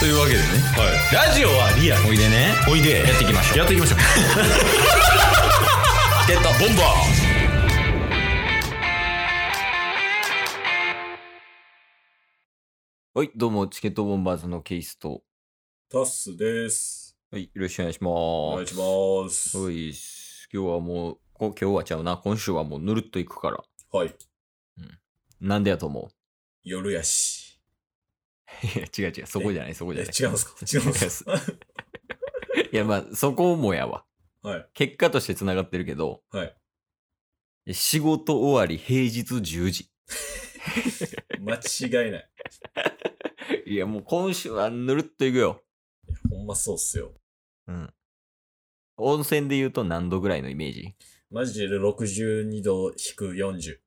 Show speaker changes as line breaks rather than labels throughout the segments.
というわけでね、ラジオはリアおいでね
おいで
やっていきましょう
やって いきましょう
ゲットボンバーはい、どうも、チケットボンバーズのケイスと。
タッスです。
はい、よろしくお願いし
お願
ま
いし
す。
ます。
おいっす今日はもう、こ今日はちゃうな、今週はもうぬるっといくから。
はい。
なんでやと思
夜やし。
う いや、違う違う、そこじゃない、そこ
え、
じゃない。
違うんすか違うんすか
いや、まあ、そこもやわ。
はい。
結果として繋がってるけど、
はい。
仕事終わり平日10時。
間違いない。
いや、もう今週はぬるっといくよ。
ほんまそうっすよ。
うん。温泉で言うと何度ぐらいのイメージ
マジで62度引く40。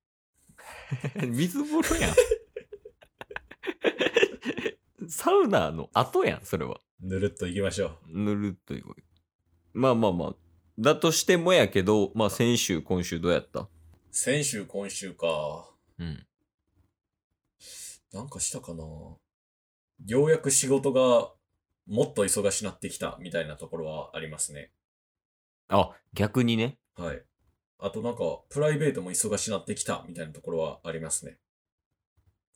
水風呂やん。サウナの後やん、それは。
ぬるっといきましょ
ぬるっといこう。まあまあまあ。だとしてもやけど、まあ先週、今週どうやった
う。先週、今週か。
うん。
なんかしたかな。ようやく仕事がもっと忙しなってきたみたいなところはありますね。
あ、逆にね。
はい。あとなんか、プライベートも忙しなってきたみたいなところはありますね。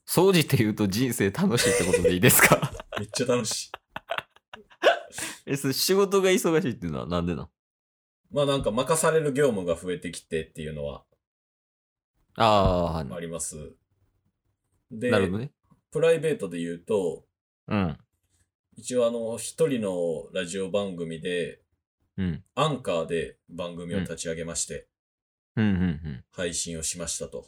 掃除って言うと人生楽しいってことでいいですか
めっちゃ楽しい。
え、それ仕事が忙しいっていうのはなんでなん
まあなんか任される業務が増えてきてっていうのは
ああ、
あります。で、
なるほどね。
プライベートで言うと、
うん。
一応あの、一人のラジオ番組で、
うん。
アンカーで番組を立ち上げまして、
うん、うん、うん。
配信をしましたと。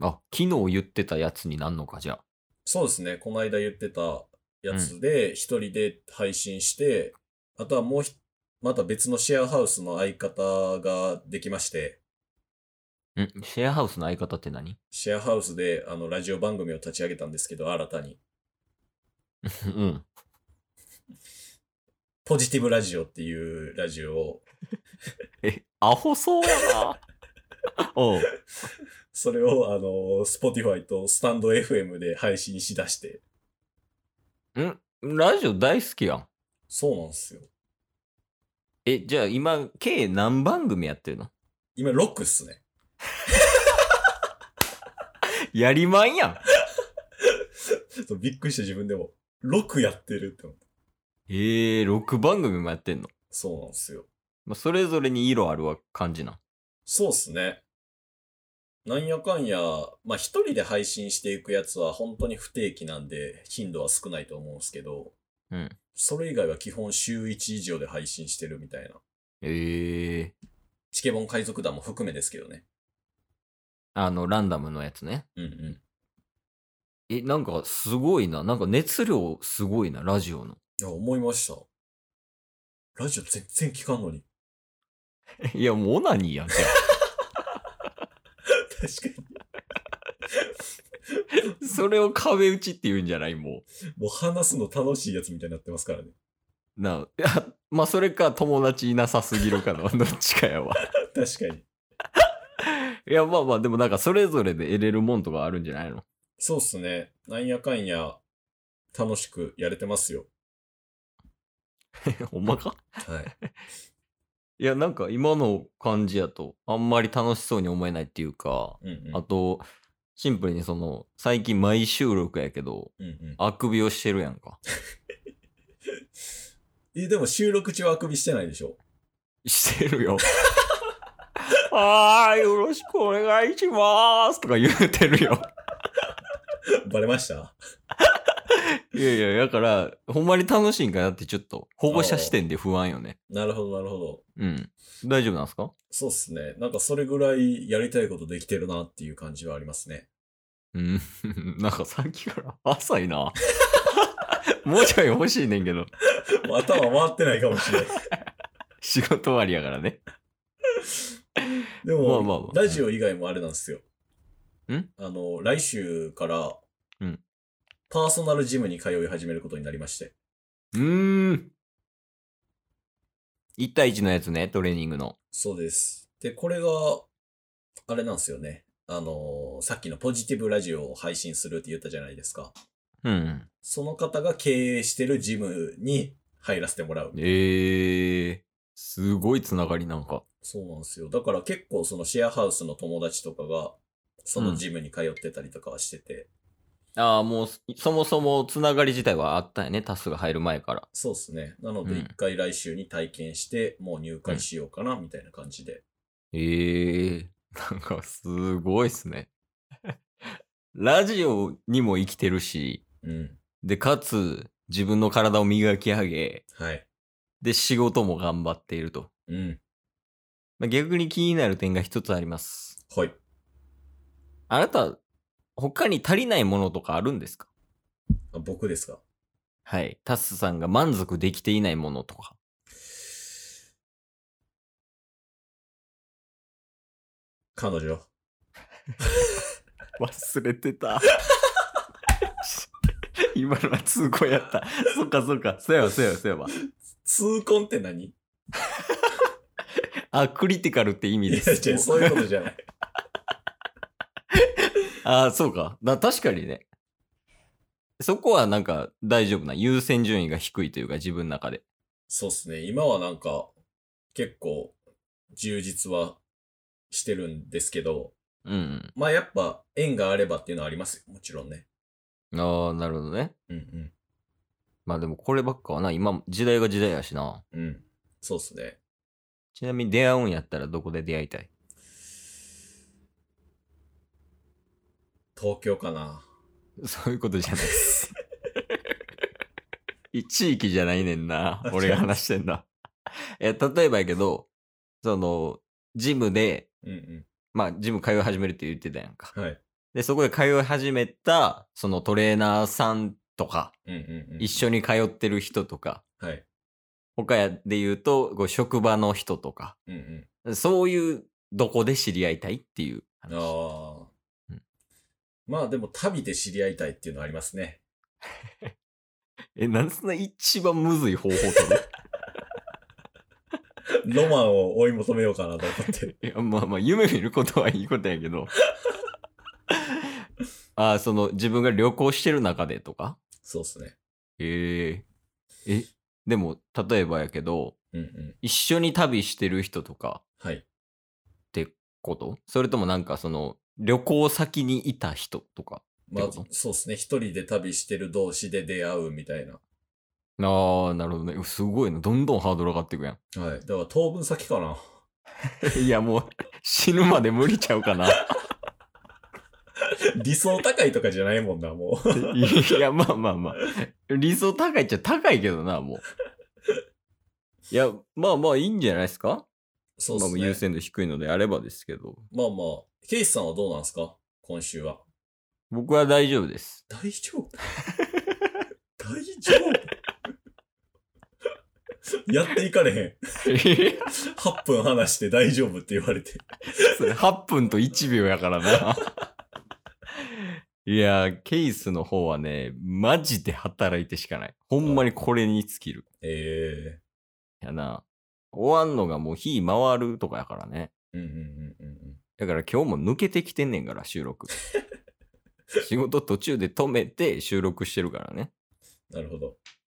あ、昨日言ってたやつになんのか、じゃあ。
そうですね、この間言ってたやつで、一人で配信して、あとはもうひ、また別のシェアハウスの相方ができまして、
んシェアハウスの相方って何
シェアハウスであの、ラジオ番組を立ち上げたんですけど、新たに、
うん。
ポジティブラジオっていうラジオを、
え、アホそう やな。おう。
それをあの、Spotify とスタンド FM で配信しだして、
んラジオ大好きやん。
そうなんですよ。
え、じゃあ今、計何番組やってるの
今、6っすね。
やりまんやん。
ちょっとびっくりして自分でも、6やってるって思った。
ええー、6番組もやってんの。
そうなんですよ。
まあ、それぞれに色あるわ感じなん。
そうっすね。なんやかんや、まあ、一人で配信していくやつは本当に不定期なんで、頻度は少ないと思うんですけど、
うん。
それ以外は基本週1以上で配信してるみたいな。
ええー。
チケボン海賊団も含めですけどね。
あの、ランダムのやつね。
うんうん。
え、なんかすごいな。なんか熱量すごいな、ラジオの。
いや、思いました。ラジオ全然聞かんのに。
いや、もうオナニーやんけ。
確か
それを壁打ちって言うんじゃないも
に。もう話すの楽しいやつみたいになってますからね。
う。なあ、まあ、それか友達いなさすぎるか な。どっちかやわ。
確かに。
いや、まあまあ、でもなんかそれぞれで得れるもんとかあるんじゃないの
そうっすね。なんやかんや、楽しくやれてますよ。
ほんまか
はい。
いや、なんか今の感じやと、あんまり楽しそうに思えないっていうか、
うんうん。
あと、シンプルにその、最近毎収録やけど、
うんうん、
あくびをしてるやんか。
え、でも収録中はあくびしてないでしょ
してるよ。 ああ、よろしくお願いしますとか言うてるよ。
バレました
いやいや、だから、ほんまに楽しいんかなってちょっと、保護者視点で不安よね。
なるほど、なるほど。
うん。大丈夫なんすか
そうっすね。なんかそれぐらいやりたいことできてるなっていう感じはありますね。
うん、 なんかさっきから浅いな。もうちょい欲しいねんけど。
もう頭回ってないかもし れない。
仕事終わりやからね。
でも、
まあまあまあ
ラジオ以外もあれなんですよ。
ん
あの、来週から、
うん
パーソナルジムに通い始めることになりまして。
うーん。1対1のやつね、トレーニングの。
そうです。で、これが、あれなんですよね。あのーさっきのポジティブラジオを配信するって言ったじゃないですか。
うん。
その方が経営してるジムに入らせてもらう。
ええー、すごいつながりなんか。
そうなんですよ。だから結構そのシェアハウスの友達とかが、そのジムに通ってたりとかはしてて、
ああ、もう、そもそもつながり自体はあったよね。タスが入る前から。
そうですね。なの
う
で
ん
一回来週に体験して、もう入会しようかな、みたいな感じで。
え えー、なんかすごいっすね。 ラジオにも生きてるし、
うん。
で、かつ、自分の体を磨き上げ、
はい。
で、仕事も頑張っていると。
うん。
まあ、逆に気になる点が一つあります。
はい。
あなた、他に足りないものとかあるんですか
あ僕ですか
はい。タスさんが満足できていないものと か。
彼女。
忘れてた。 今のは通行やった。 そっかそっか。そうやわ、そうやわ、そうやわ。
痛恨って何い
あ、クリティカルって意味
や、
で
違う、
す。
そういうことじゃない。
あ、そうか。だ確かにね。そこはなんか大丈夫な。優先順位が低いというか、自分の中で。
そうっすね。今はなんか、結構、充実はしてるんですけど、
うん
まあやっぱ、縁があればっていうのはありますよ。もちろんね。
うん。ああ、なるほどね。
うんうん。
まあでもこればっかはな、今、時代が時代やしな。
うん。そうっすね。
ちなみに出会うんやったらどこで出会いたい
東京かな。
そういうことじゃないです。地域じゃないねんな
あ。
俺が話してんだ。え、例えばやけど、その、ジムで、
うんう
まあ、ジム通い始めるって言ってたやんか。
ん。はい。
で、そこで通い始めた、そのトレーナーさんとか、
うんうんうん。
一緒に通ってる人とか、
はい。
他やで言うと、こう職場の人とか、
うんうん。
そういう、どこで知り合いたいっていう 話。
ああ
うん。
まあでも、旅で知り合いたいっていうのはありますね。
え、なんでそんな一番むずい方法とる
ロマンを追い求めようかなと思って。
いや、まあまあ、夢見ることはいいことやけど。 ああ、その、自分が旅行してる中でとか
そうっすね。
えええ、でも、例えばやけど、
うんうん。
一緒に旅してる人とか
はい。
ことそれともなんか、その、旅行先にいた人とか。
まあ
ってこ、
そうっすね。一人で旅してる同士で出会うみたいな。
ああ、なるほどね。すごいな。どんどんハードル上がっていくやん。
はい。だから当分先かな。
いや、もう、死ぬまで無理ちゃうかな。
理想高いとかじゃないもんな、も う。
いや、まあまあまあ。理想高いっちゃ高いけどな、もう。いや、まあまあいいんじゃないですか
そうっ
まあ
す
もう
ね。
優先度低いのであればですけど。
まあまあ、ケイスさんはどうなんですか今週は。
僕は大丈夫です。
大丈夫大丈夫やっていかれへん。8分話して大丈夫って言われて。
それ8分と1秒やからな。 いやー、ケースの方はね、マジで働いてしかない。ほんまにこれに尽きる。
え
やな。終わんのがもう火回るとかやからね。
えうんうんうんうんうん。
だから今日も抜けてきてんねんから、収 録。仕事途中で止めて収録してるからね。
なるほど。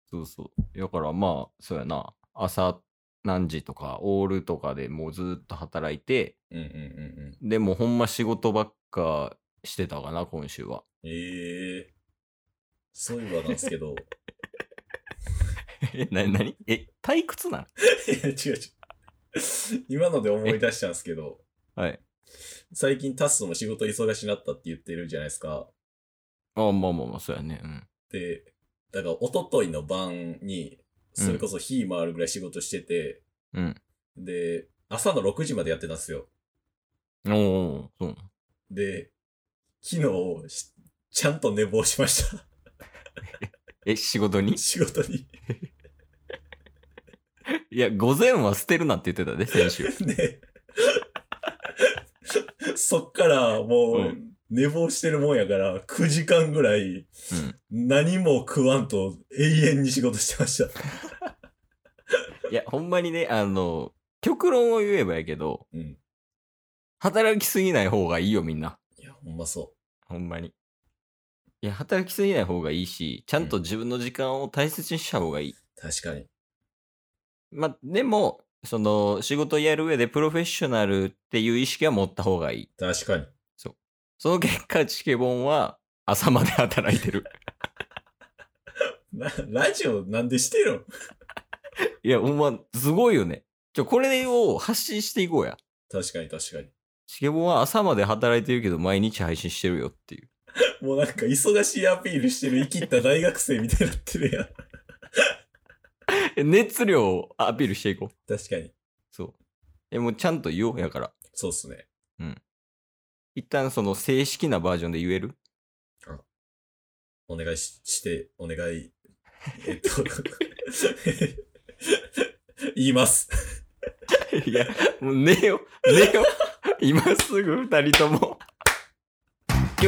そうそう。だからまあ、そうやな。朝何時とか、オールとかでもうずーっと働いて、
うんうんうんうん。
でもほんま仕事ばっかしてたかな、今週は。
ええそういえばなんですけど。
え、な、なにえ、退屈なん
いや違う違う。今ので思い出したんですけど、
はい。
最近タッスも仕事忙しになったって言ってるじゃないですか。
あ、まあまあまあ、そうやね。うん。
で、だから一昨日の晩に、それこそ火回るぐらい仕事してて、
うん。
で、朝の6時までやってたんですよ。
おーおーそうなん
で、昨日し、ちゃんと寝坊しました。
え、仕事に
仕事に。
いや、午前は捨てるなって言ってたね、先週。
で、そっからもう、
う
寝坊してるもんやから、9時間ぐらい、何も食わんと永遠に仕事してました。
うん。いや、ほんまにね、あの、極論を言えばやけど、
うん。
働きすぎない方がいいよ、みんな。
いや、ほんまそ
ほんまに。いや、働きすぎない方がいいし、ちゃんと自分の時間を大切にした方がいい。
確かに。
まあ、でも、その、仕事をやる上でプロフェッショナルっていう意識は持った方がいい。
確かに。
その結果、チケボンは朝まで働いて る。
なラジオなんでしてるの
いや、ほんま、すごいよね。ちょ、これを発信していこうや。
確かに確か
チケボンは朝まで働いてるけど、毎日配信してるよっていう。
に。もうなんか忙しいアピールしてる生きった大学生みたいになってるやん。
え熱量をアピールしていこう。
確かに。
そう。え、もうちゃんと言おうやから。
そうっすね。
一旦その正式なバージョンで言える
お願いしして、お願い。えっ と、言います。
いや、もう 寝よ、寝よ。今すぐ二人とも。今日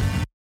ます